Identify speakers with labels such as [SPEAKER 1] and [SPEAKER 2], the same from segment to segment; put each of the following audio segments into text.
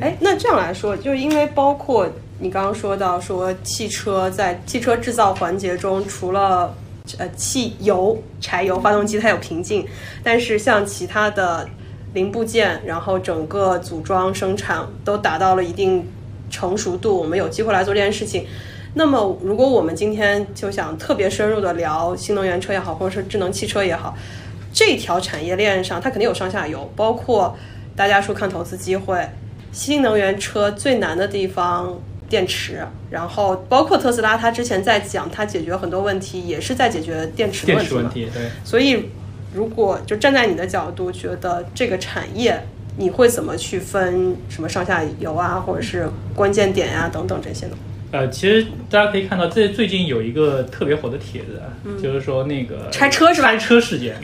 [SPEAKER 1] 哎，那这样来说，就是因为包括你刚刚说到说汽车在汽车制造环节中，除了呃汽油、柴油发动机它有瓶颈，但是像其他的零部件，然后整个组装生产都达到了一定成熟度，我们有机会来做这件事情。那么，如果我们今天就想特别深入的聊新能源车也好，或者是智能汽车也好，这条产业链上它肯定有上下游，包括大家说看投资机会，新能源车最难的地方电池，然后包括特斯拉，它之前在讲它解决很多问题，也是在解决电池的
[SPEAKER 2] 电
[SPEAKER 1] 问题
[SPEAKER 2] 池
[SPEAKER 1] 嘛。
[SPEAKER 2] 问题，对。
[SPEAKER 1] 所以，如果就站在你的角度，觉得这个产业，你会怎么去分什么上下游啊，或者是关键点呀、等等这些呢？
[SPEAKER 2] 呃，其实大家可以看到，这最近有一个特别火的帖子，啊，就是说那个
[SPEAKER 1] 嗯拆车是吧
[SPEAKER 2] 拆车事件，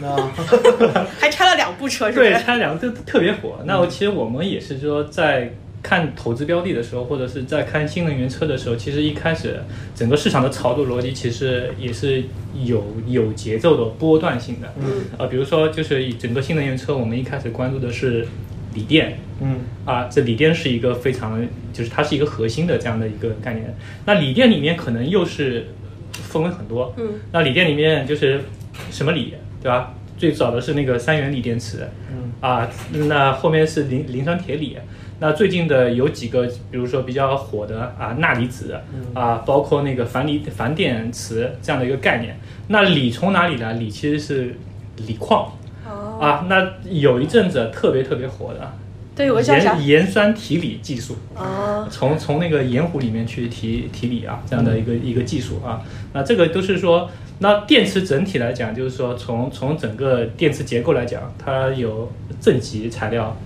[SPEAKER 1] 还拆了两部车， 是不
[SPEAKER 2] 对，
[SPEAKER 1] 是？
[SPEAKER 2] 拆两个就特别火。那我其实我们也是说，在看投资标的的时候，或者是在看新能源车的时候，其实一开始整个市场的炒作逻辑其实也是有有节奏的、波段性的。
[SPEAKER 3] 嗯
[SPEAKER 2] 呃，比如说就是以整个新能源车，我们一开始关注的是锂电，
[SPEAKER 3] 嗯
[SPEAKER 2] 啊，这锂电是一个非常，就是它是一个核心的这样的一个概念。那锂电里面可能又是分为很多，
[SPEAKER 1] 嗯，
[SPEAKER 2] 那锂电里面就是什么锂，对吧？最早的是那个三元锂电池，
[SPEAKER 3] 嗯
[SPEAKER 2] 啊，那后面是磷磷酸铁锂，那最近的有几个，比如说比较火的啊，钠离子
[SPEAKER 3] 嗯
[SPEAKER 2] 啊，包括那个钒锂钒电池这样的一个概念。那锂从哪里来？锂其实是锂矿
[SPEAKER 1] 哦，
[SPEAKER 2] 啊，那有一阵子特别特别火的，
[SPEAKER 1] 对，我叫啥
[SPEAKER 2] 盐？盐酸提锂技术，
[SPEAKER 1] 啊，
[SPEAKER 2] 从从那个盐湖里面去提提锂啊，这
[SPEAKER 1] 嗯
[SPEAKER 2] 样的一个、一个技术啊，那这个都是说，那电池整体来讲，就是说从从整个电池结构来讲，它有正极材料、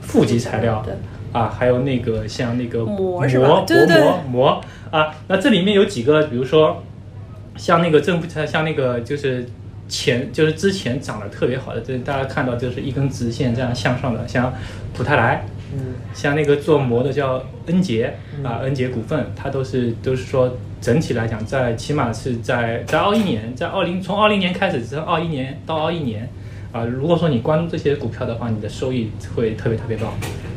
[SPEAKER 2] 负极材料
[SPEAKER 1] 对，
[SPEAKER 2] 啊，还有那个像那个
[SPEAKER 1] 膜
[SPEAKER 2] 膜
[SPEAKER 1] 是吧
[SPEAKER 2] 薄
[SPEAKER 1] 对对
[SPEAKER 2] 膜膜啊，那这里面有几个，比如说像那个政府，像那个就是前就是之前长得特别好的，就是大家看到就是一根直线这样向上的，像普泰来，
[SPEAKER 3] 嗯
[SPEAKER 2] 像那个做膜的叫恩杰
[SPEAKER 3] 嗯
[SPEAKER 2] 啊，恩杰股份，它都是都是说整体来讲，在起码是在在二一年，在二零从二零年开始，从二一年到二一年啊，如果说你关注这些股票的话，你的收益会特别特别高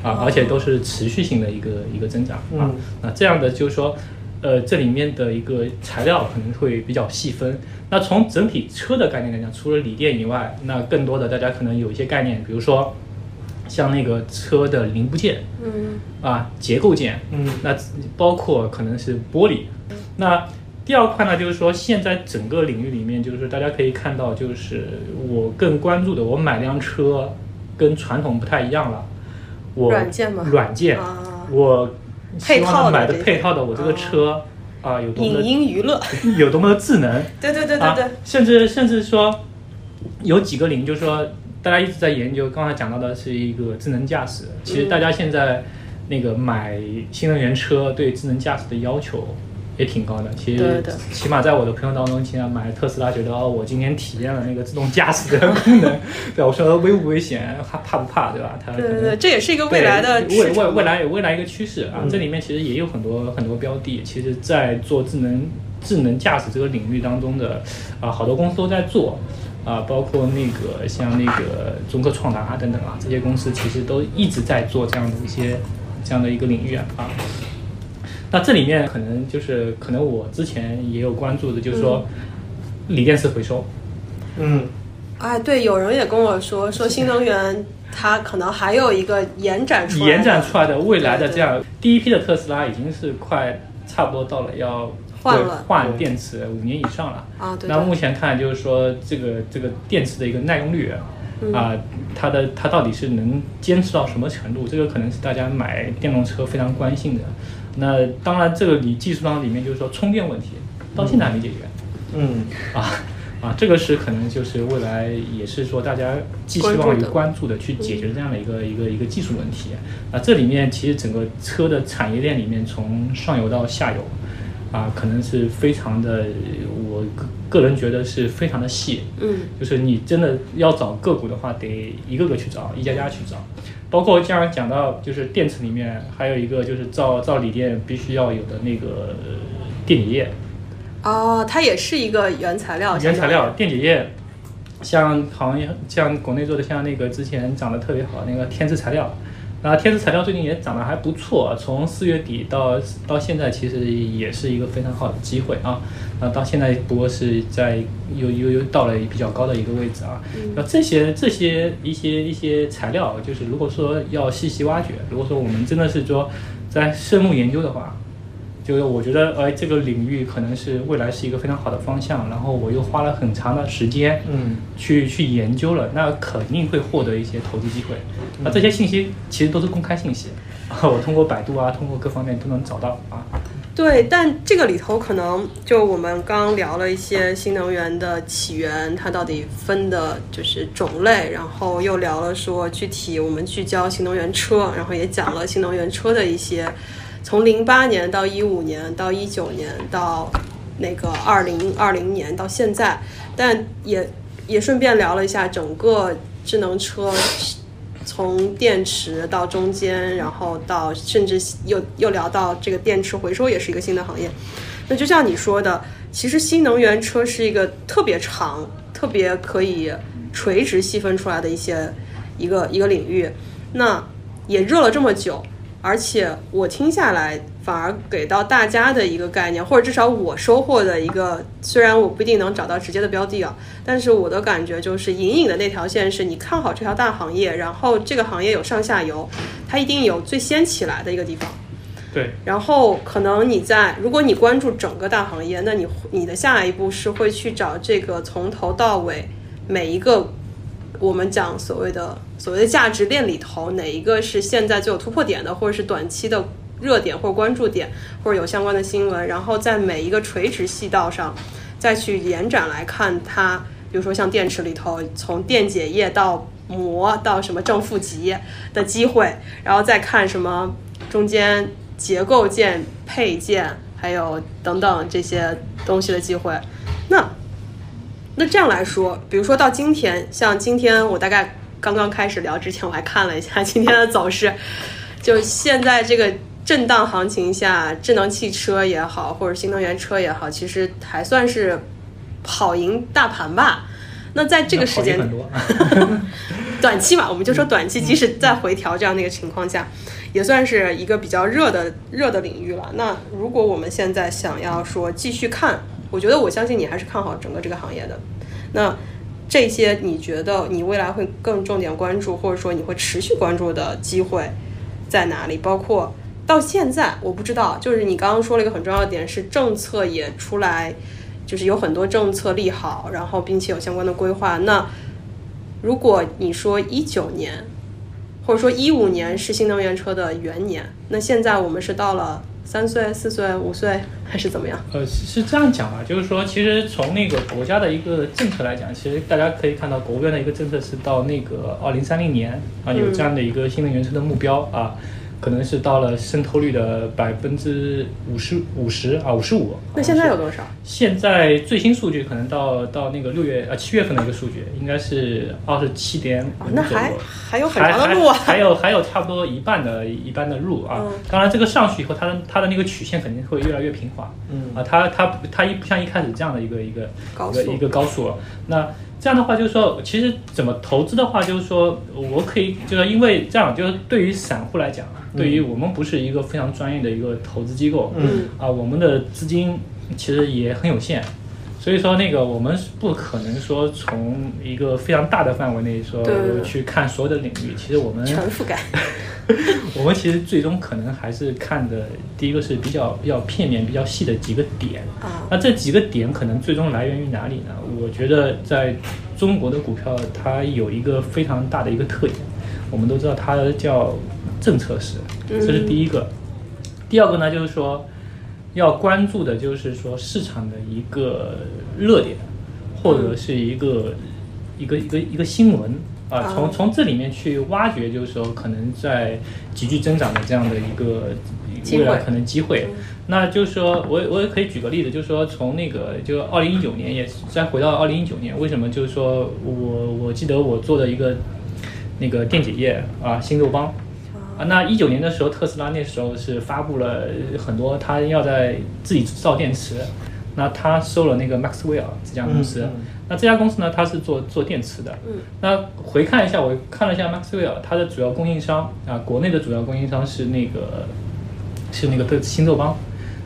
[SPEAKER 2] 啊，而且都是持续性的一个一个增长啊
[SPEAKER 3] 哦嗯。
[SPEAKER 2] 那这样的就是说，呃，这里面的一个材料可能会比较细分。那从整体车的概念来讲，除了锂电以外，那更多的大家可能有一些概念，比如说像那个车的零部件。
[SPEAKER 1] 嗯，
[SPEAKER 2] 啊结构件，
[SPEAKER 3] 嗯
[SPEAKER 2] 那包括可能是玻璃。那第二块呢，就是说现在整个领域里面，就是大家可以看到，就是我更关注的，我买辆车跟传统不太一样了。我
[SPEAKER 1] 软件吗
[SPEAKER 2] 软件，
[SPEAKER 1] 啊
[SPEAKER 2] 我希
[SPEAKER 1] 配套的
[SPEAKER 2] 望买的
[SPEAKER 1] 这些
[SPEAKER 2] 配套的，我这个车啊有多么
[SPEAKER 1] 影
[SPEAKER 2] 的
[SPEAKER 1] 音娱乐，
[SPEAKER 2] 有多么的 智能。
[SPEAKER 1] 对对对对
[SPEAKER 2] 啊
[SPEAKER 1] 对，，
[SPEAKER 2] 甚至甚至说有几个零，就是说大家一直在研究，刚才讲到的是一个智能驾驶。其实大家现在那个买新能源车对智能驾驶的要求也挺高的。其
[SPEAKER 1] 对
[SPEAKER 2] 实
[SPEAKER 1] 对
[SPEAKER 2] 起码在我的朋友当中，现在买特斯拉觉得哦，我今天体验了那个自动驾驶的功 能，对我说危不危险，怕怕不怕，对吧？他可
[SPEAKER 1] 对对
[SPEAKER 2] 能
[SPEAKER 1] 对，这也是一个未来的
[SPEAKER 2] 对未
[SPEAKER 1] 市
[SPEAKER 2] 未
[SPEAKER 1] 场
[SPEAKER 2] 未来未来一个趋势啊，
[SPEAKER 3] 嗯
[SPEAKER 2] 这里面其实也有很多很多标的，其实在做智能智能驾驶这个领域当中的啊，好多公司都在做啊，包括那个像那个中科创达啊等等啊，这些公司其实都一直在做这样的一些这样的一个领域啊。啊那这里面可能就是可能我之前也有关注的，就是说
[SPEAKER 1] 嗯
[SPEAKER 2] 锂电池回收，
[SPEAKER 3] 嗯
[SPEAKER 1] 哎，对，有人也跟我说，说新能源它可能还有一个延展出来的，
[SPEAKER 2] 延展出来的未来的这样第一批的特斯拉已经是快差不多到了要
[SPEAKER 1] 换了
[SPEAKER 2] 换电池五年以上了。
[SPEAKER 1] 啊，对
[SPEAKER 2] 那目
[SPEAKER 1] 对，
[SPEAKER 2] 前看就是说这个这个电池的一个耐用率啊、
[SPEAKER 1] 嗯
[SPEAKER 2] 它的它到底是能坚持到什么程度？这个可能是大家买电动车非常关心的。那当然，这个里技术上里面就是说充电问题到现在还没解决。
[SPEAKER 3] 嗯
[SPEAKER 2] 啊啊，这个是可能就是未来也是说大家寄希望
[SPEAKER 1] 关注
[SPEAKER 2] 于
[SPEAKER 1] 的嗯
[SPEAKER 2] 关注的去解决这样的一个一个一个技术问题。啊，这里面其实整个车的产业链里面，从上游到下游，啊，可能是非常的，我个个人觉得是非常的细。
[SPEAKER 1] 嗯，
[SPEAKER 2] 就是你真的要找个股的话，得一个个去找，一家家去找。包括这样讲到，就是电池里面还有一个就是造造锂电必须要有的那个呃电解液，
[SPEAKER 1] 哦，它也是一个原哦材料，
[SPEAKER 2] 原材
[SPEAKER 1] 相当于
[SPEAKER 2] 料、电解液，像好像像国内做的，像那个之前涨得特别好那个天赐材料，然后天赐材料最近也涨得还不错，啊从四月底到到现在，其实也是一个非常好的机会啊。那到现在不过是在又又又到了比较高的一个位置啊。那这些这些一些一些材料，就是如果说要细细挖掘，如果说我们真的是说在深入研究的话，就是我觉得，哎，这个领域可能是未来是一个非常好的方向。然后我又花了很长的时间，
[SPEAKER 3] 嗯，
[SPEAKER 2] 去去研究了，那肯定会获得一些投资机会。那这些信息其实都是公开信息， 我通过百度啊，通过各方面都能找到啊。
[SPEAKER 1] 对，但这个里头可能就我们刚聊了一些新能源的起源，它到底分的就是种类，然后又聊了说具体我们聚焦新能源车，然后也讲了新能源车的一些，从零八年到一五年到一九年到那个二零二零年到现在，但也也顺便聊了一下整个智能车从电池到中间，然后到甚至又又聊到这个电池回收也是一个新的行业。那就像你说的，其实新能源车是一个特别长、特别可以垂直细分出来的一些一个一个领域。那也热了这么久，而且我听下来反而给到大家的一个概念，或者至少我收获的一个，虽然我不一定能找到直接的标的啊，但是我的感觉就是，隐隐的那条线是你看好这条大行业，然后这个行业有上下游，它一定有最先起来的一个地方。
[SPEAKER 2] 对，
[SPEAKER 1] 然后可能你在，如果你关注整个大行业，那你你的下一步是会去找这个从头到尾每一个我们讲所谓的所谓的价值链里头，哪一个是现在最有突破点的，或者是短期的热点或者关注点，或者有相关的新闻，然后在每一个垂直细道上再去延展来看它，比如说像电池里头，从电解液到膜到什么正负极的机会，然后再看什么中间结构件、配件，还有等等这些东西的机会。那那这样来说，比如说到今天，像今天我大概刚刚开始聊之前，我还看了一下 今天的走势，就现在这个震荡行情下，智能汽车也好，或者新能源车也好，其实还算是跑赢大盘吧。那在这个时间
[SPEAKER 2] 那好也很多。
[SPEAKER 1] 短期嘛，我们就说短期，即使再回调这样的一个情况下，也算是一个比较热的热的领域了。那如果我们现在想要说继续看，我觉得我相信你还是看好整个这个行业的。那这些你觉得你未来会更重点关注，或者说你会持续关注的机会在哪里？包括到现在，我不知道，就是你刚刚说了一个很重要的点，是政策也出来，就是有很多政策利好，然后并且有相关的规划。那如果你说一九年，或者说一五年是新能源车的元年，那现在我们是到了三岁、四岁、五岁，还是怎么样？
[SPEAKER 2] 呃，是是这样讲啊，就是说，其实从那个国家的一个政策来讲，其实大家可以看到，国务院的一个政策是到那个二零三零年啊，有这样的一个新能源车的目标啊，可能是到了渗透率的百分之五十五十啊，五十五。
[SPEAKER 1] 那现在有多少？
[SPEAKER 2] 现在最新数据可能到到那个六月呃七月份的一个数据，应该是二十七点
[SPEAKER 1] 哦
[SPEAKER 2] 五，
[SPEAKER 1] 那还还有很长的路啊
[SPEAKER 2] 还还还有还有差不多一半的一半的路啊。
[SPEAKER 1] 嗯
[SPEAKER 2] 当然，这个上去以后，它的它的那个曲线肯定会越来越平滑。
[SPEAKER 3] 嗯
[SPEAKER 2] 啊，它它它一不像一开始这样的一个一个
[SPEAKER 1] 高
[SPEAKER 2] 一个
[SPEAKER 1] 速
[SPEAKER 2] 一个高速了。那这样的话，就是说，其实怎么投资的话，就是说我可以，就是因为这样，就是对于散户来讲，
[SPEAKER 3] 嗯
[SPEAKER 2] 对于我们不是一个非常专业的一个投资机构，
[SPEAKER 3] 嗯
[SPEAKER 2] 啊，我们的资金其实也很有限，所以说那个我们不可能说从一个非常大的范围内说
[SPEAKER 1] 对对对
[SPEAKER 2] 去看所有的领域。其实我们
[SPEAKER 1] 全覆盖。
[SPEAKER 2] 我们其实最终可能还是看的第一个是比较比较片面、比较细的几个点。
[SPEAKER 1] 啊，
[SPEAKER 2] 那这几个点可能最终来源于哪里呢？我觉得在中国的股票，它有一个非常大的一个特点，我们都知道它叫政策市，这是第一个。第二个呢，就是说要关注的就是说市场的一个热点，或者是一个、一个一个一个新闻啊，
[SPEAKER 1] 啊
[SPEAKER 2] 从从这里面去挖掘，就是说可能在急剧增长的这样的一个
[SPEAKER 1] 机
[SPEAKER 2] 未来
[SPEAKER 1] 会嗯
[SPEAKER 2] 可能机会。那就是说我也我也可以举个例子，就是说从那个就二零一九年也是再回到二零一九年，为什么就是说我我记得我做的一个那个电解液啊，新肉邦。啊，那一九年的时候，特斯拉那时候是发布了很多，它要在自己制造电池。那他收了那个 Maxwell 这家公司，
[SPEAKER 3] 嗯嗯
[SPEAKER 2] 那这家公司呢，它是做做电池的。
[SPEAKER 1] 嗯，
[SPEAKER 2] 那回看一下，我看了一下 Maxwell，它的主要供应商啊，国内的主要供应商是那个是那个的新宙邦。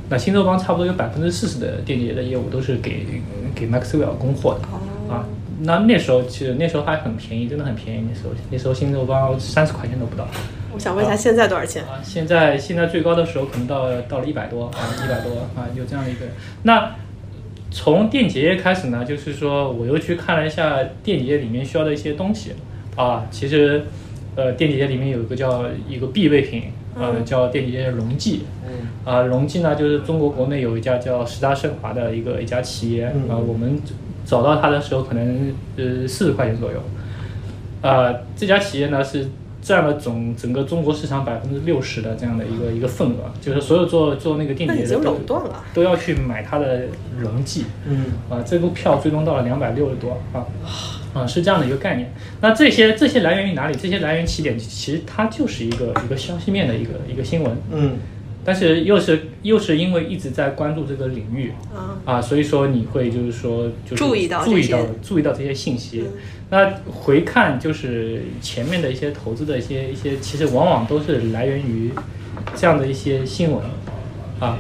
[SPEAKER 2] 那新宙邦差不多有百分之四十的电解的业务都是给给 Maxwell 供货的、
[SPEAKER 1] 哦
[SPEAKER 2] 啊。那那时候其实那时候还很便宜，真的很便宜。那时候那时候新宙邦三十块钱都不到。
[SPEAKER 1] 我想问一下，现在多少钱？
[SPEAKER 2] 啊，现在现在最高的时候可能到到了一百多啊，一百多啊，有这样的一个。那从电解液开始呢，就是说我又去看了一下电解液里面需要的一些东西啊，其实呃电解液里面有一个叫一个必备品，呃
[SPEAKER 1] 嗯
[SPEAKER 2] 叫电解液溶剂。
[SPEAKER 3] 嗯
[SPEAKER 2] 啊，溶剂呢，就是中国国内有一家叫十大盛华的一个一家企业，
[SPEAKER 3] 嗯
[SPEAKER 2] 啊，我们找到它的时候可能呃四十块钱左右，啊，这家企业呢是占了总整个中国市场百分之六十的这样的一个一个份额，就是所有做做那个电
[SPEAKER 1] 那
[SPEAKER 2] 解
[SPEAKER 1] 已
[SPEAKER 2] 液的
[SPEAKER 1] 经
[SPEAKER 2] 都
[SPEAKER 1] 垄断了。
[SPEAKER 2] 都要去买它的溶剂，
[SPEAKER 3] 嗯
[SPEAKER 2] 啊，这个票最终到了两百六十多啊，啊，是这样的一个概念。那这些这些来源于哪里？这些来源起点其实它就是一个一个消息面的一个一个新闻。
[SPEAKER 3] 嗯
[SPEAKER 2] 但是又是又是因为一直在关注这个领域
[SPEAKER 1] 啊，
[SPEAKER 2] 啊，所以说你会就是说就是
[SPEAKER 1] 注意到这
[SPEAKER 2] 注意
[SPEAKER 1] 些
[SPEAKER 2] 到注意到这些信息。
[SPEAKER 1] 嗯
[SPEAKER 2] 那回看就是前面的一些投资的一些一些，其实往往都是来源于这样的一些新闻啊，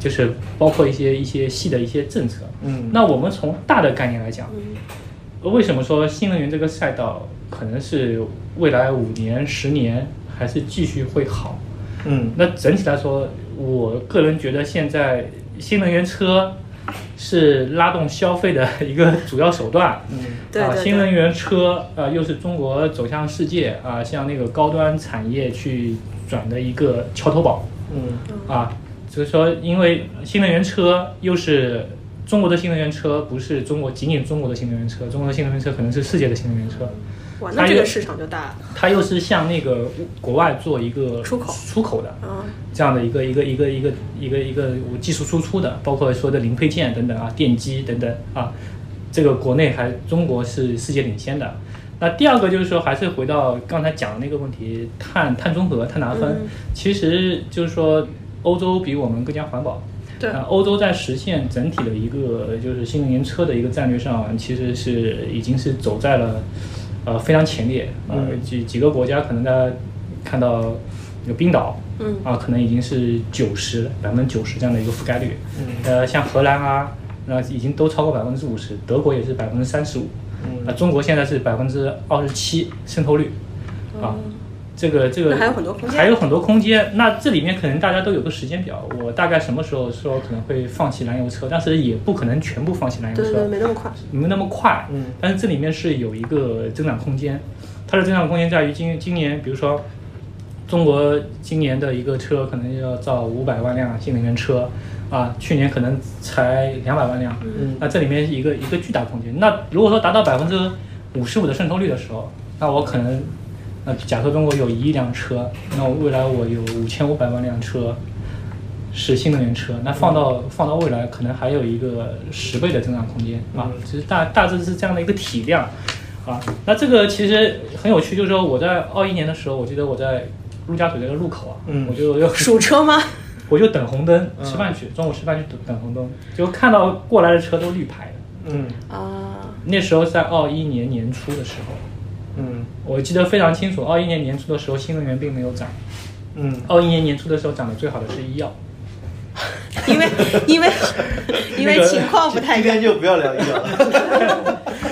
[SPEAKER 2] 就是包括一些一些细的一些政策。
[SPEAKER 3] 嗯
[SPEAKER 2] 那我们从大的概念来讲，
[SPEAKER 1] 嗯
[SPEAKER 2] 为什么说新能源这个赛道可能是未来五年、十年还是继续会好？
[SPEAKER 3] 嗯
[SPEAKER 2] 那整体来说，我个人觉得现在新能源车是拉动消费的 一个主要手段。
[SPEAKER 3] 嗯
[SPEAKER 1] 对
[SPEAKER 2] 啊，
[SPEAKER 1] 对
[SPEAKER 2] 新能
[SPEAKER 1] 对，
[SPEAKER 2] 源车啊，又是中国走向世界啊，向那个高端产业去转的一个桥头堡
[SPEAKER 3] 嗯
[SPEAKER 2] 啊。所以说，因为新能源车又是中国的新能源车，不是中国仅仅中国的新能源车，中国的新能源车可能是世界的新能源车。
[SPEAKER 1] 哇，
[SPEAKER 2] 它
[SPEAKER 1] 那这个
[SPEAKER 2] 有
[SPEAKER 1] 市场就大了。
[SPEAKER 2] 它又是向那个国外做一个
[SPEAKER 1] 出口
[SPEAKER 2] 出口的，
[SPEAKER 1] 啊，
[SPEAKER 2] 这样的一个一个一个一个一个一个我技术输出的，包括说的零配件等等啊，电机等等啊，这个国内还中国是世界领先的。那第二个就是说，还是回到刚才讲的那个问题，碳碳中和、碳达峰，
[SPEAKER 1] 嗯
[SPEAKER 2] 其实就是说欧洲比我们更加环保。啊
[SPEAKER 1] 对
[SPEAKER 2] 那欧洲在实现整体的一个就是新能源车的一个战略上，其实是已经是走在了呃非常前列。呃，
[SPEAKER 3] 嗯
[SPEAKER 2] 几几个国家可能大家看到有冰岛，
[SPEAKER 1] 嗯
[SPEAKER 2] 啊，可能已经是九十百分之九十这样的一个覆盖率。
[SPEAKER 3] 嗯
[SPEAKER 2] 呃，像荷兰啊，那已经都超过百分之五十，德国也是百分之三十五，啊，
[SPEAKER 3] 嗯
[SPEAKER 2] 中国现在是百分之二十七渗透率，啊。这个这个
[SPEAKER 1] 哦那还有很多空间
[SPEAKER 2] 还有很多空间。那这里面可能大家都有个时间表，我大概什么时候说可能会放弃燃油车，但是也不可能全部放弃燃油
[SPEAKER 1] 对
[SPEAKER 2] 车，
[SPEAKER 1] 对对，没那么快。
[SPEAKER 2] 没那么快。
[SPEAKER 3] 嗯
[SPEAKER 2] 但是这里面是有一个增长空间，它的增长空间在于今今年，比如说中国今年的一个车可能要造五百万辆新能源车，啊，去年可能才两百万辆，
[SPEAKER 3] 嗯
[SPEAKER 2] 那这里面一个一个巨大空间。那如果说达到百分之五十五的渗透率的时候，那我可能，那假设中国有一亿辆车，那我未来我有五千五百万辆车是新能源车，那放到、
[SPEAKER 3] 嗯
[SPEAKER 2] 放到未来可能还有一个十倍的增长空间啊
[SPEAKER 3] 嗯，
[SPEAKER 2] 其实大大致是这样的一个体量。啊，那这个其实很有趣，就是说我在二一年的时候，我记得我在陆家嘴那个路口啊，
[SPEAKER 3] 嗯
[SPEAKER 2] 我就 又
[SPEAKER 1] 数车吗？
[SPEAKER 2] 我就等红灯
[SPEAKER 3] 嗯
[SPEAKER 2] 吃饭去，中午吃饭去等等红灯，就看到过来的车都绿牌的。
[SPEAKER 3] 嗯
[SPEAKER 1] 啊，
[SPEAKER 2] 那时候在二一年年初的时候，
[SPEAKER 3] 嗯
[SPEAKER 2] 我记得非常清楚，二一年年初的时候新能源并没有涨，
[SPEAKER 3] 嗯
[SPEAKER 2] 二一年年初的时候涨得最好的是医药。
[SPEAKER 1] 因为因为因
[SPEAKER 2] 那
[SPEAKER 1] 为
[SPEAKER 2] 个
[SPEAKER 1] 情况不太一
[SPEAKER 3] 今
[SPEAKER 1] 样
[SPEAKER 3] 天，就不要聊医疗了。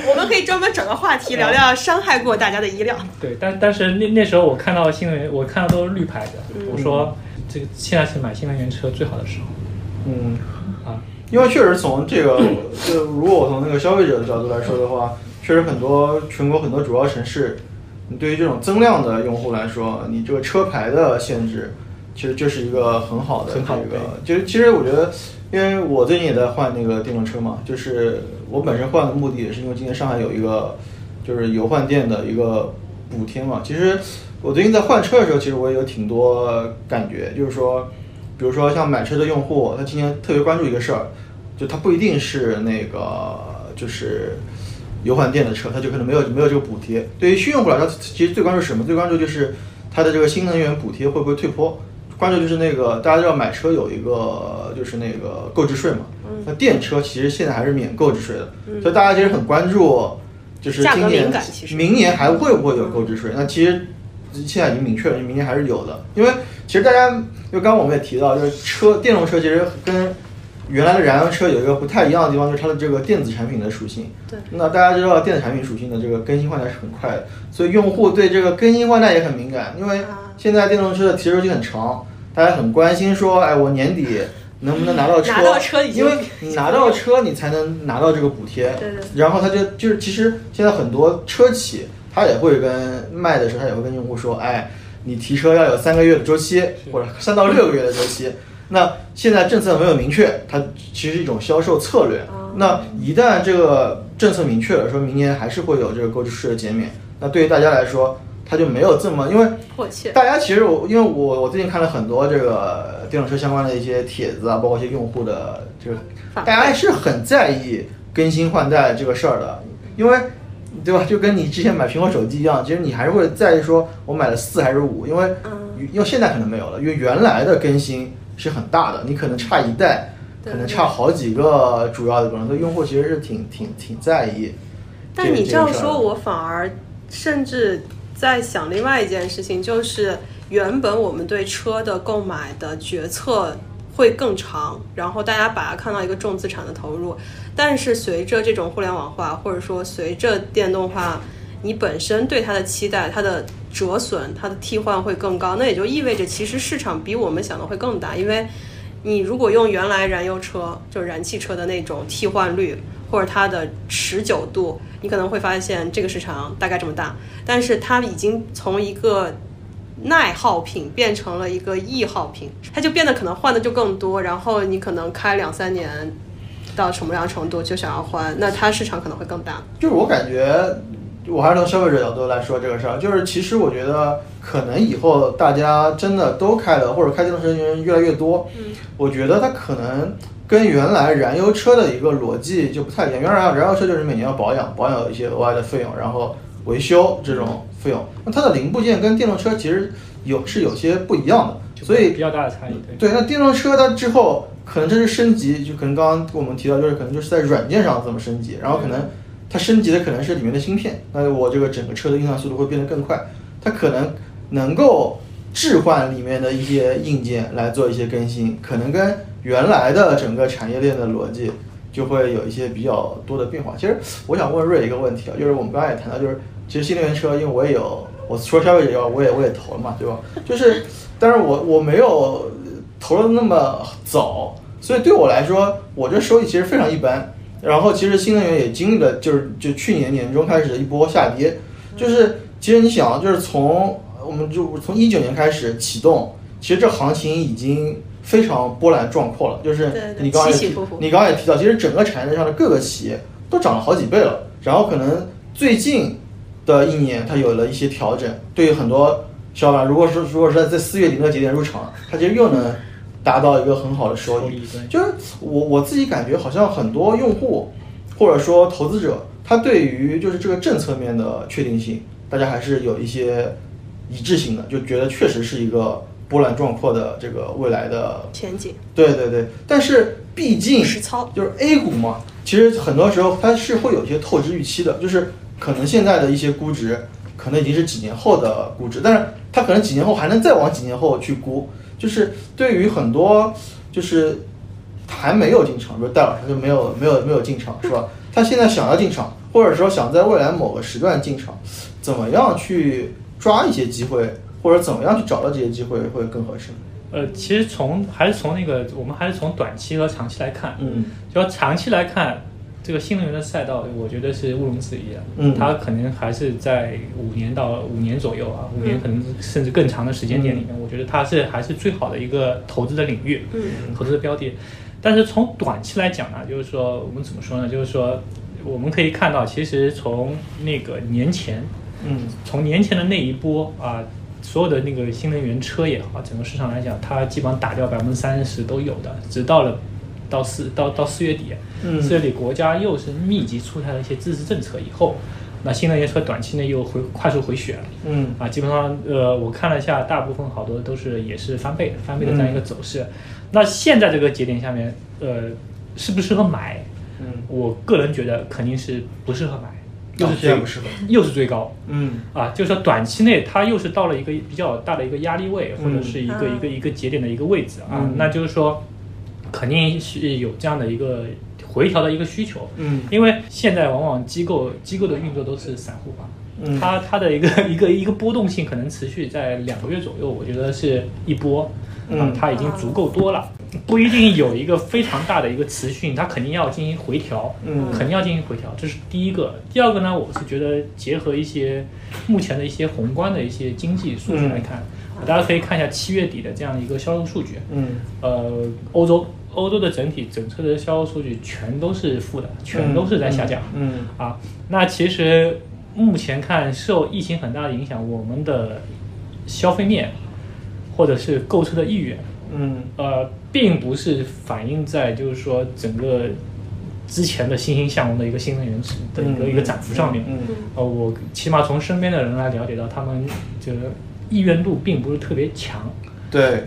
[SPEAKER 1] 我们可以专门找个话题聊聊伤害过大家的医疗。
[SPEAKER 2] 对，但但是那那时候我看到新能源，我看到都是绿牌的，
[SPEAKER 3] 嗯
[SPEAKER 2] 我说这个现在是买新能源车最好的时候
[SPEAKER 3] 嗯。
[SPEAKER 2] 啊。
[SPEAKER 3] 因为确实从这个，就如果我从那个消费者的角度来说的话，确实很多全国很多主要城市，你对于这种增量的用户来说，你这个车牌的限制，其实就是一个很好的
[SPEAKER 2] 很好
[SPEAKER 3] 这
[SPEAKER 2] 对
[SPEAKER 3] 个，就是其实我觉得，因为我最近也在换那个电动车嘛，就是我本身换的目的也是因为今年上海有一个就是油换电的一个补贴嘛。其实我最近在换车的时候，其实我也有挺多感觉，就是说，比如说像买车的用户，他今年特别关注一个事儿，就他不一定是那个就是油换电的车，它就可能没有没有这个补贴。对于新用户来说，其实最关注什么？最关注就是它的这个新能源补贴会不会退坡。关注就是那个大家知道买车有一个就是那个购置税嘛，
[SPEAKER 1] 嗯
[SPEAKER 3] 那电车其实现在还是免购置税的，所以大家其实很关注，就是
[SPEAKER 1] 价格
[SPEAKER 3] 今
[SPEAKER 1] 敏
[SPEAKER 3] 年
[SPEAKER 1] 感其实
[SPEAKER 3] 明年还会不会有购置税？那其实现在已经明确了，明年还是有的，因为其实大家因为刚刚我们也提到，就是车电动车其实跟原来的燃油车有一个不太一样的地方，就是它的这个电子产品的属性。
[SPEAKER 1] 对
[SPEAKER 3] 那大家知道电子产品属性的这个更新换代是很快的，所以用户对这个更新换代也很敏感，因为
[SPEAKER 1] 啊
[SPEAKER 3] 现在电动车的提车期很长，大家很关心说，哎，我年底能不能拿到车？
[SPEAKER 1] 拿到车已经
[SPEAKER 3] 因为你拿到车，你才能拿到这个补贴。
[SPEAKER 1] 对对对
[SPEAKER 3] 然后他就就是，其实现在很多车企，他也会跟卖的时候，他也会跟用户说，哎，你提车要有三个月的周期，或者三到六个月的周期。那现在政策没有明确，它其实是一种销售策略。
[SPEAKER 1] 哦
[SPEAKER 3] 那一旦这个政策明确了，说明年还是会有这个购置税的减免，那对于大家来说，它就没有这么，因为
[SPEAKER 1] 迫切。
[SPEAKER 3] 大家其实我因为我我最近看了很多这个电动车相关的一些帖子啊，包括一些用户的这个，
[SPEAKER 1] 反馈
[SPEAKER 3] 大家还是很在意更新换代这个事儿的，因为对吧？就跟你之前买苹果手机一样，其实你还是会在意说我买了四还是五，因为
[SPEAKER 1] 嗯
[SPEAKER 3] 因为现在可能没有了，因为原来的更新是很大的，你可能差一代，
[SPEAKER 1] 对
[SPEAKER 3] 可能差好几个主要的功能，所以用户其实是挺挺挺在意这个。
[SPEAKER 1] 但你这样
[SPEAKER 3] 个事儿的
[SPEAKER 1] 说，我反而甚至在想另外一件事情，就是原本我们对车的购买的决策会更长，然后大家把它看到一个重资产的投入，但是随着这种互联网化，或者说随着电动化，你本身对它的期待、它的折损、它的替换会更高，那也就意味着其实市场比我们想的会更大，因为。你如果用原来燃油车，就是燃气车的那种替换率或者它的持久度，你可能会发现这个市场大概这么大，但是它已经从一个耐耗品变成了一个易耗品，它就变得可能换的就更多，然后你可能开两三年到什么样程度就想要换，那它市场可能会更大。
[SPEAKER 3] 就是我感觉，我还是从消费者角度来说这个事儿，就是其实我觉得可能以后大家真的都开了，或者开电动车的人越来越多，
[SPEAKER 1] 嗯，
[SPEAKER 3] 我觉得它可能跟原来燃油车的一个逻辑就不太一样。原来燃油车就是每年要保养，保养有一些额外的费用，然后维修这种费用，那它的零部件跟电动车其实有是有些不一样的，所以
[SPEAKER 2] 比较大的差异，对。
[SPEAKER 3] 对，那电动车它之后可能这是升级，就可能刚刚我们提到，就是可能就是在软件上怎么升级，然后可能它升级的可能是里面的芯片，那我这个整个车的运算速度会变得更快，它可能能够置换里面的一些硬件来做一些更新，可能跟原来的整个产业链的逻辑就会有一些比较多的变化。其实我想问瑞一个问题啊，就是我们刚才也谈到，就是其实新能源车，因为我也有，我说消费者要，我也我也投了嘛，对吧？就是，但是我我没有投的那么早，所以对我来说，我这收益其实非常一般。然后其实新能源也经历了，就是就去年年中开始的一波下跌，就是其实你想，就是从我们就从一九年开始启动，其实这行情已经非常波澜壮阔了，就是
[SPEAKER 1] 对对
[SPEAKER 3] 你刚才也
[SPEAKER 1] 起起
[SPEAKER 3] 提
[SPEAKER 1] 伏伏
[SPEAKER 3] 你刚刚也提到，其实整个产业链上的各个企业都涨了好几倍了，然后可能最近的一年它有了一些调整，对于很多小伙伴，如果是如果是在四月零的节点入场，它其实又能达到一个很好的收
[SPEAKER 2] 收
[SPEAKER 3] 益
[SPEAKER 2] 益对。
[SPEAKER 3] 就是我我自己感觉好像很多用户或者说投资者，他对于就是这个政策面的确定性，大家还是有一些一致性的，就觉得确实是一个波澜壮阔的这个未来的
[SPEAKER 1] 前景
[SPEAKER 3] 对对对，但是毕竟
[SPEAKER 1] 实操
[SPEAKER 3] 就是 A 股嘛，其实很多时候它是会有一些透支预期的，就是可能现在的一些估值，可能已经是几年后的估值，但是它可能几年后还能再往几年后去估，就是对于很多就是还没有进场，比如戴老师他就没有没有没有进场是吧？他现在想要进场，或者说想在未来某个时段进场，怎么样去抓一些机会，或者怎么样去找到这些机会会更合适？
[SPEAKER 2] 呃，其实从还是从那个，我们还是从短期和长期来看，
[SPEAKER 3] 嗯
[SPEAKER 2] 就要长期来看，这个新能源的赛道，我觉得是毋庸置疑的。
[SPEAKER 3] 嗯
[SPEAKER 2] 它可能还是在五年到五年左右啊，五
[SPEAKER 3] 嗯
[SPEAKER 2] 年可能甚至更长的时间点里面，我觉得它是还是最好的一个投资的领域，
[SPEAKER 1] 嗯
[SPEAKER 2] 投资的标的。但是从短期来讲呢，啊就是说我们怎么说呢？就是说我们可以看到，其实从那个年前，
[SPEAKER 3] 嗯
[SPEAKER 2] 从年前的那一波啊，所有的那个新能源车也好，整个市场来讲，它基本上打掉百分之三十都有的，直到了到四到到四月底，
[SPEAKER 3] 嗯
[SPEAKER 2] 四月底国家又是密集出台了一些支持政策以后，那新能源车短期内又回快速回血，
[SPEAKER 3] 嗯
[SPEAKER 2] 啊，基本上呃，我看了一下，大部分好多都是也是翻倍翻倍的这样一个走势。
[SPEAKER 3] 嗯
[SPEAKER 2] 那现在这个节点下面，呃，适不适合买？
[SPEAKER 3] 嗯，
[SPEAKER 2] 我个人觉得肯定是不适合买，又
[SPEAKER 3] 那
[SPEAKER 2] 是
[SPEAKER 3] 现
[SPEAKER 2] 最、
[SPEAKER 3] 在不适合，
[SPEAKER 2] 又是最高，
[SPEAKER 3] 嗯
[SPEAKER 2] 啊，就是说短期内它又是到了一个比较大的一个压力位，或者
[SPEAKER 3] 嗯
[SPEAKER 2] 是一个、
[SPEAKER 1] 啊
[SPEAKER 2] 一个一个节点的一个位置啊，
[SPEAKER 3] 嗯
[SPEAKER 2] 那就是说肯定是有这样的一个回调的一个需求，
[SPEAKER 3] 嗯
[SPEAKER 2] 因为现在往往机构机构的运作都是散户化。
[SPEAKER 3] 嗯
[SPEAKER 2] 它它的一个一个一个波动性可能持续在两个月左右，我觉得是一波，啊
[SPEAKER 3] 嗯，
[SPEAKER 2] 它已经足够多了，不一定有一个非常大的一个持续，它肯定要进行回调，
[SPEAKER 3] 嗯
[SPEAKER 2] 肯定要进行回调，这是第一个。第二个呢，我是觉得结合一些目前的一些宏观的一些经济数据来看，大家可以看一下七月底的这样一个销售数据，
[SPEAKER 3] 嗯
[SPEAKER 2] 呃，欧洲欧洲的整体整车的销售数据全都是负的，全都是在下降。
[SPEAKER 3] 嗯
[SPEAKER 2] 啊，那其实目前看受疫情很大的影响，我们的消费面或者是购车的意愿，
[SPEAKER 3] 嗯
[SPEAKER 2] 呃，并不是反映在就是说整个之前的欣欣向荣的一个新能源的一个、一个涨幅上面。
[SPEAKER 3] 嗯
[SPEAKER 2] 呃，我起码从身边的人来了解到，他们就是意愿度并不是特别强。
[SPEAKER 3] 对。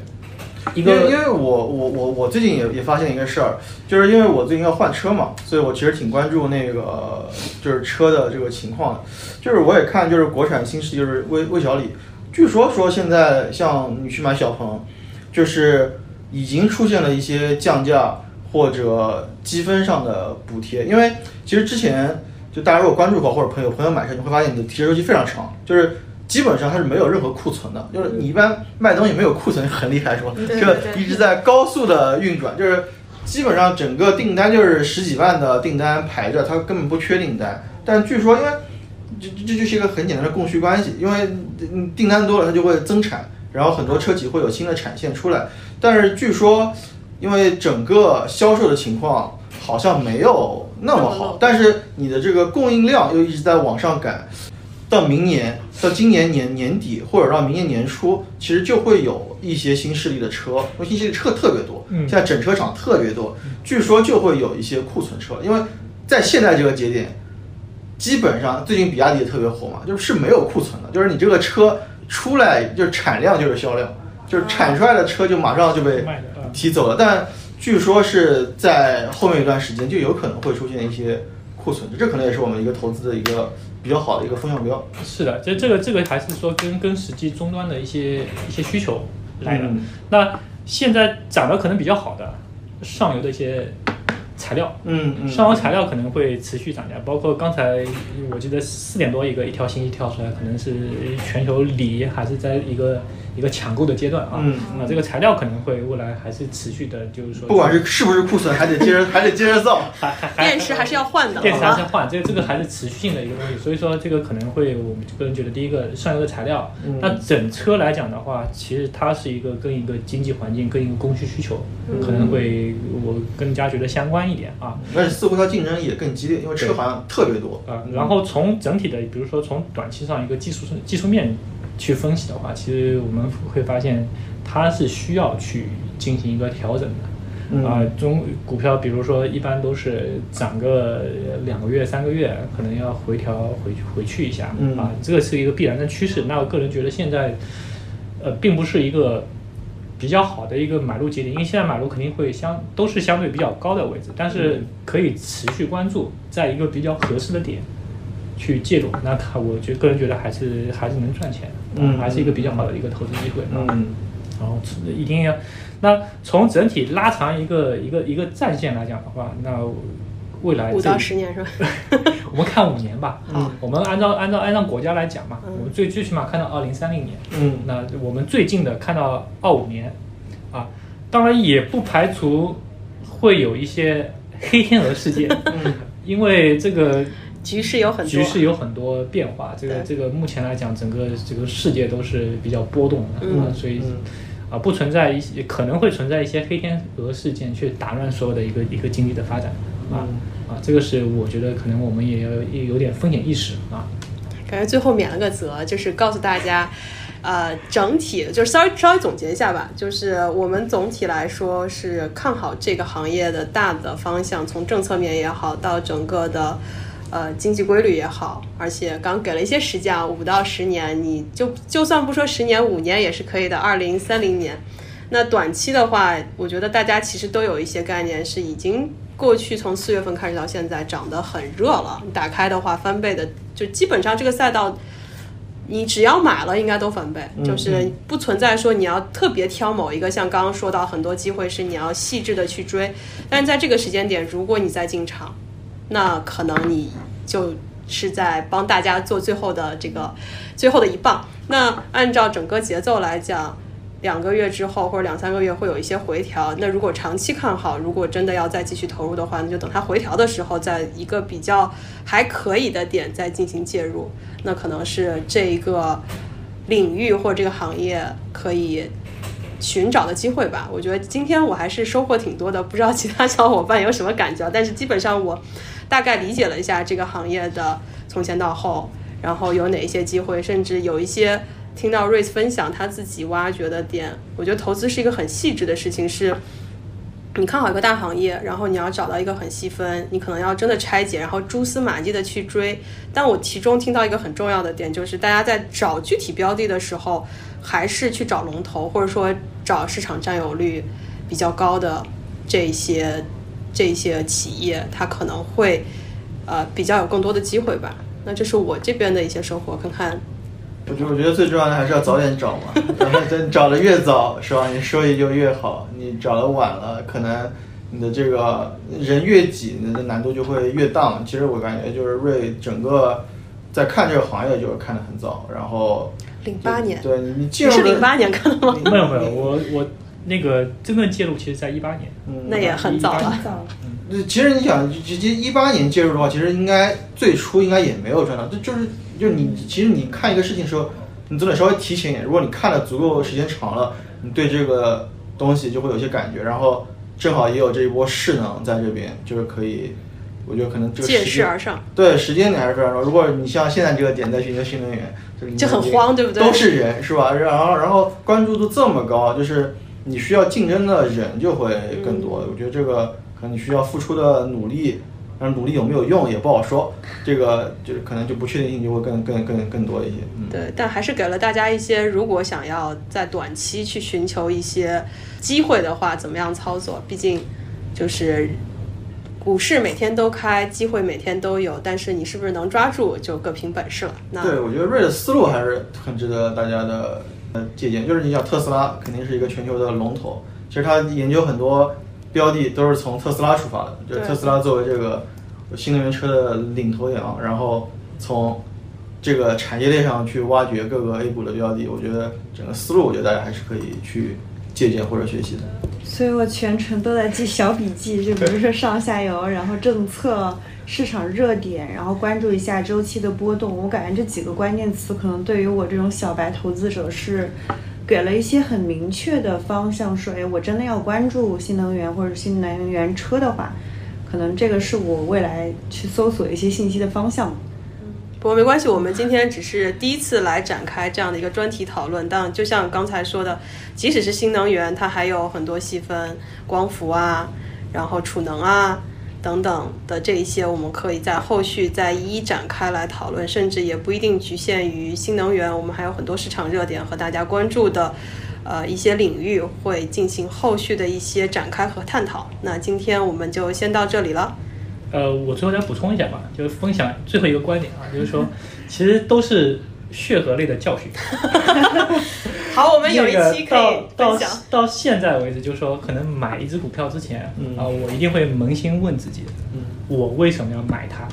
[SPEAKER 2] 一
[SPEAKER 3] 因为因
[SPEAKER 2] 个
[SPEAKER 3] 为我我我我最近也也发现一个事儿，就是因为我最近要换车嘛，所以我其实挺关注那个呃就是车的这个情况的。就是我也看就是国产新势力就是魏魏小李，据说说现在像你去买小鹏，就是已经出现了一些降价或者积分上的补贴，因为其实之前就大家如果关注过或者朋友朋友买车，你会发现你的提车周期非常长，就是。基本上它是没有任何库存的，就是你一般卖东西没有库存很厉害是吧？
[SPEAKER 1] 对
[SPEAKER 3] 这个
[SPEAKER 1] 对对
[SPEAKER 3] 一直在高速的运转，就是基本上整个订单就是十几万的订单排着，它根本不缺订单。但据说，因为这这这就是一个很简单的供需关系，因为嗯订单多了，它就会增产，然后很多车企会有新的产线出来。但是据说，因为整个销售的情况好像没有那么好，但是你的这个供应量又一直在往上赶，到明年，到今年年年底或者到明年年初，其实就会有一些新势力的车，因为新势力车特别多，
[SPEAKER 2] 嗯
[SPEAKER 3] 现在整车厂特别多，据说就会有一些库存车，因为在现在这个节点，基本上最近比亚迪也特别火嘛，就是是没有库存的，就是你这个车出来就是产量就是销量，就是产出来的车就马上就被
[SPEAKER 2] 卖的嗯
[SPEAKER 3] 提走了。但据说是在后面一段时间就有可能会出现一些库存，这可能也是我们一个投资的一个比较好的一个风向标。
[SPEAKER 2] 是的，这这个这个还是说跟跟实际终端的一些一些需求来的。
[SPEAKER 3] 嗯
[SPEAKER 2] 那现在涨得可能比较好的上游的一些材料，
[SPEAKER 3] 嗯嗯，
[SPEAKER 2] 上游材料可能会持续涨价，包括刚才我记得四点多一个一条信息跳出来，可能是全球锂还是在一个一个抢购的阶段啊。
[SPEAKER 3] 嗯
[SPEAKER 2] 那这个材料可能会未来还是持续的，就是说
[SPEAKER 3] 不管是是不是库存，还得接着还得接 着造。
[SPEAKER 2] 还还还
[SPEAKER 1] 电池还是要换的，
[SPEAKER 2] 电池还
[SPEAKER 1] 好
[SPEAKER 2] 是要
[SPEAKER 1] 吧？
[SPEAKER 2] 换，这个这个还是持续性的一个东西，所以说这个可能会我们个人觉得，第一个上游的材料
[SPEAKER 3] 嗯，
[SPEAKER 2] 那整车来讲的话，其实它是一个跟一个经济环境、跟一个供需需求，
[SPEAKER 3] 嗯
[SPEAKER 2] 可能会我更加觉得相关一点啊。
[SPEAKER 3] 但是似乎它竞争也更激烈，因为车好像特别多。
[SPEAKER 2] 啊，然后从整体的，比如说从短期上一个技术技术面去分析的话，其实我们会发现它是需要去进行一个调整的。
[SPEAKER 3] 嗯
[SPEAKER 2] 啊、中股票，比如说一般都是涨个两个月、三个月，可能要回调回去回去一下。
[SPEAKER 3] 嗯
[SPEAKER 2] 啊，这个是一个必然的趋势。那我个人觉得现在，呃，并不是一个比较好的一个买入节点，因为现在买入肯定会相都是相对比较高的位置，但
[SPEAKER 3] 嗯
[SPEAKER 2] 是可以持续关注，在一个比较合适的点去介入。那它，我觉个人觉得还是还是能赚钱，啊
[SPEAKER 3] 嗯
[SPEAKER 2] 还是一个比较好的一个投资机会。啊
[SPEAKER 3] 嗯
[SPEAKER 2] 然后一定要，那从整体拉长一个一个一个战线来讲的话，那未来
[SPEAKER 1] 五
[SPEAKER 2] 这
[SPEAKER 1] 到十年是吧？
[SPEAKER 2] 我们看五年吧。
[SPEAKER 3] 嗯
[SPEAKER 2] 我们按照按照按照国家来讲嘛，
[SPEAKER 1] 嗯
[SPEAKER 2] 我们最最起码看到二零三零年，
[SPEAKER 3] 嗯
[SPEAKER 2] 那我们最近的看到二五年，啊，当然也不排除会有一些黑天鹅事件，
[SPEAKER 3] 嗯
[SPEAKER 2] 因为这个
[SPEAKER 1] 局势有很多，
[SPEAKER 2] 局势有很多变化，这个
[SPEAKER 1] 对
[SPEAKER 2] 这个目前来讲，整个这个世界都是比较波动的，
[SPEAKER 1] 嗯
[SPEAKER 2] 啊所以
[SPEAKER 3] 嗯
[SPEAKER 2] 啊不存在一些可能会存在一些黑天鹅事件去打乱所有的一个一个经济的发展啊、啊，这个是我觉得可能我们也要也有点风险意识啊，
[SPEAKER 1] 感觉最后免了个责，就是告诉大家，呃，整体就是稍微稍微总结一下吧，就是我们总体来说是看好这个行业的大的方向，从政策面也好，到整个的呃经济规律也好，而且刚给了一些时间，啊，五到十年，你就就算不说十年，五年也是可以的，二零三零年。那短期的话，我觉得大家其实都有一些概念是已经过去从四月份开始到现在涨得很热了，你打开的话翻倍的，就基本上这个赛道。你只要买了，应该都翻倍，
[SPEAKER 3] 嗯
[SPEAKER 1] 就是不存在说你要特别挑某一个，像刚刚说到很多机会是你要细致的去追，但是在这个时间点，如果你再进场，那可能你就是在帮大家做最后的这个最后的一棒。那按照整个节奏来讲，两个月之后或者两三个月会有一些回调。那如果长期看好，如果真的要再继续投入的话，那就等它回调的时候，在一个比较还可以的点再进行介入。那可能是这一个领域或者这个行业可以寻找的机会吧。我觉得今天我还是收获挺多的，不知道其他小伙伴有什么感觉，但是基本上我大概理解了一下这个行业的从前到后，然后有哪一些机会，甚至有一些听到瑞 a 分享他自己挖掘的点。我觉得投资是一个很细致的事情，是。你看好一个大行业，然后你要找到一个很细分，你可能要真的拆解，然后蛛丝马迹的去追。但我其中听到一个很重要的点，就是大家在找具体标的的时候，还是去找龙头，或者说找市场占有率比较高的这一些这一些企业，它可能会呃比较有更多的机会吧。那这是我这边的一些收获，看看
[SPEAKER 3] 我觉得，我觉得最重要的还是要早点 找嘛。然后等找的越早，是吧？你收益就越好。你找的晚了，可能你的这个人越挤，你的难度就会越荡。其实我感觉就是瑞整个在看这个行业就是看得很早，然后
[SPEAKER 1] 零八年，
[SPEAKER 3] 对你你进
[SPEAKER 1] 你
[SPEAKER 3] 入
[SPEAKER 1] 是
[SPEAKER 3] 的
[SPEAKER 1] 零八年看的吗？
[SPEAKER 3] 你
[SPEAKER 2] 没有没有，我我那个真正介入其实在一八年，
[SPEAKER 3] 嗯
[SPEAKER 1] 那也很早了。
[SPEAKER 4] 早了，
[SPEAKER 3] 那其实你想，直接一八年介入的话，其实应该最初应该也没有赚到，这就是就是你其实你看一个事情的时候，你总得稍微提前一点。如果你看的足够时间长了，你对这个东西就会有些感觉，然后正好也有这一波势能在这边，就是可以，我觉得可能这个
[SPEAKER 1] 借
[SPEAKER 3] 时间
[SPEAKER 1] 势而上。
[SPEAKER 3] 对，时间点还是非常重要。如果你像现在这个点再去研究新能源，就是你
[SPEAKER 1] 就很
[SPEAKER 3] 已经
[SPEAKER 1] 慌对不对
[SPEAKER 3] 都是人是吧？然后然后关注度这么高，就是你需要竞争的人就会更多。我觉得这个可能你需要付出的努力，但是努力有没有用也不好说。这个就是可能就不确定性就会更更更更多一些。嗯，
[SPEAKER 1] 对，但还是给了大家一些，如果想要在短期去寻求一些机会的话，怎么样操作？毕竟就是股市每天都开，机会每天都有，但是你是不是能抓住，就各凭本事了。那
[SPEAKER 3] 对，我觉得瑞的思路还是很值得大家的呃借鉴。就是你想特斯拉肯定是一个全球的龙头，其实它研究很多标的都是从特斯拉出发的，就是
[SPEAKER 1] 对
[SPEAKER 3] 特斯拉作为这个新能源车的领头羊，然后从这个产业链上去挖掘各个 A 股的标的。我觉得整个思路，我觉得大家还是可以去借鉴或者学习的。
[SPEAKER 4] 所以我全程都在记小笔记，就比如说上下游，然后政策、市场热点，然后关注一下周期的波动。我感觉这几个关键词可能对于我这种小白投资者是给了一些很明确的方向，说，哎，我真的要关注新能源或者新能源车的话，可能这个是我未来去搜索一些信息的方向。
[SPEAKER 1] 不过没关系，我们今天只是第一次来展开这样的一个专题讨论。但就像刚才说的，即使是新能源，它还有很多细分，光伏啊，然后储能啊等等的这一些，我们可以在后续再一一展开来讨论，甚至也不一定局限于新能源，我们还有很多市场热点和大家关注的。呃，一些领域会进行后续的一些展开和探讨。那今天我们就先到这里了。
[SPEAKER 2] 呃，我最后再补充一下吧，就是分享最后一个观点啊，就是 说，其实都是血和泪的教训。
[SPEAKER 1] 好，我们有一
[SPEAKER 2] 那个
[SPEAKER 1] 期可以
[SPEAKER 2] 到
[SPEAKER 1] 分
[SPEAKER 2] 到
[SPEAKER 1] 享。
[SPEAKER 2] 到现在为止，就是说，可能买一只股票之前啊、
[SPEAKER 3] 嗯
[SPEAKER 2] 我一定会扪心问自己，
[SPEAKER 3] 嗯
[SPEAKER 2] 我为什么要买它？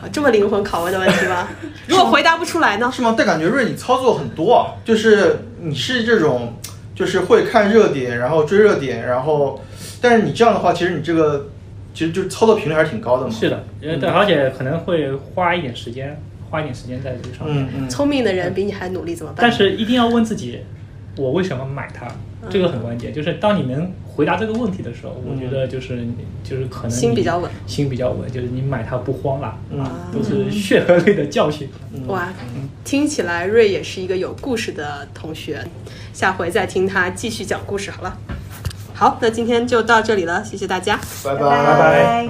[SPEAKER 1] 啊这么灵魂拷问的问题吗？如果回答不出来呢？
[SPEAKER 3] 是吗？但感觉瑞你操作很多啊，就是你是这种，就是会看热点，然后追热点，然后，但是你这样的话，其实你这个其实就是操作频率还是挺高的嘛。
[SPEAKER 2] 是的，呃
[SPEAKER 3] 嗯
[SPEAKER 2] 对，而且可能会花一点时间，花一点时间在这个上面。
[SPEAKER 3] 嗯嗯，
[SPEAKER 1] 聪明的人比你还努力怎么办？
[SPEAKER 2] 但是一定要问自己，我为什么买它？
[SPEAKER 1] 嗯
[SPEAKER 2] 这个很关键，就是当你能回答这个问题的时候，我
[SPEAKER 3] 嗯
[SPEAKER 2] 觉得就是你就是可能
[SPEAKER 1] 心比
[SPEAKER 2] 你
[SPEAKER 1] 较稳，
[SPEAKER 2] 心比较稳，就是你买它不慌啦，
[SPEAKER 3] 嗯
[SPEAKER 2] 都是血和泪的教训。
[SPEAKER 3] 嗯
[SPEAKER 1] 哇，听起来瑞也是一个有故事的同学，下回再听他继续讲故事好了。好，那今天就到这里了，谢谢大家。
[SPEAKER 3] 拜
[SPEAKER 4] 拜
[SPEAKER 3] 拜
[SPEAKER 2] 拜拜。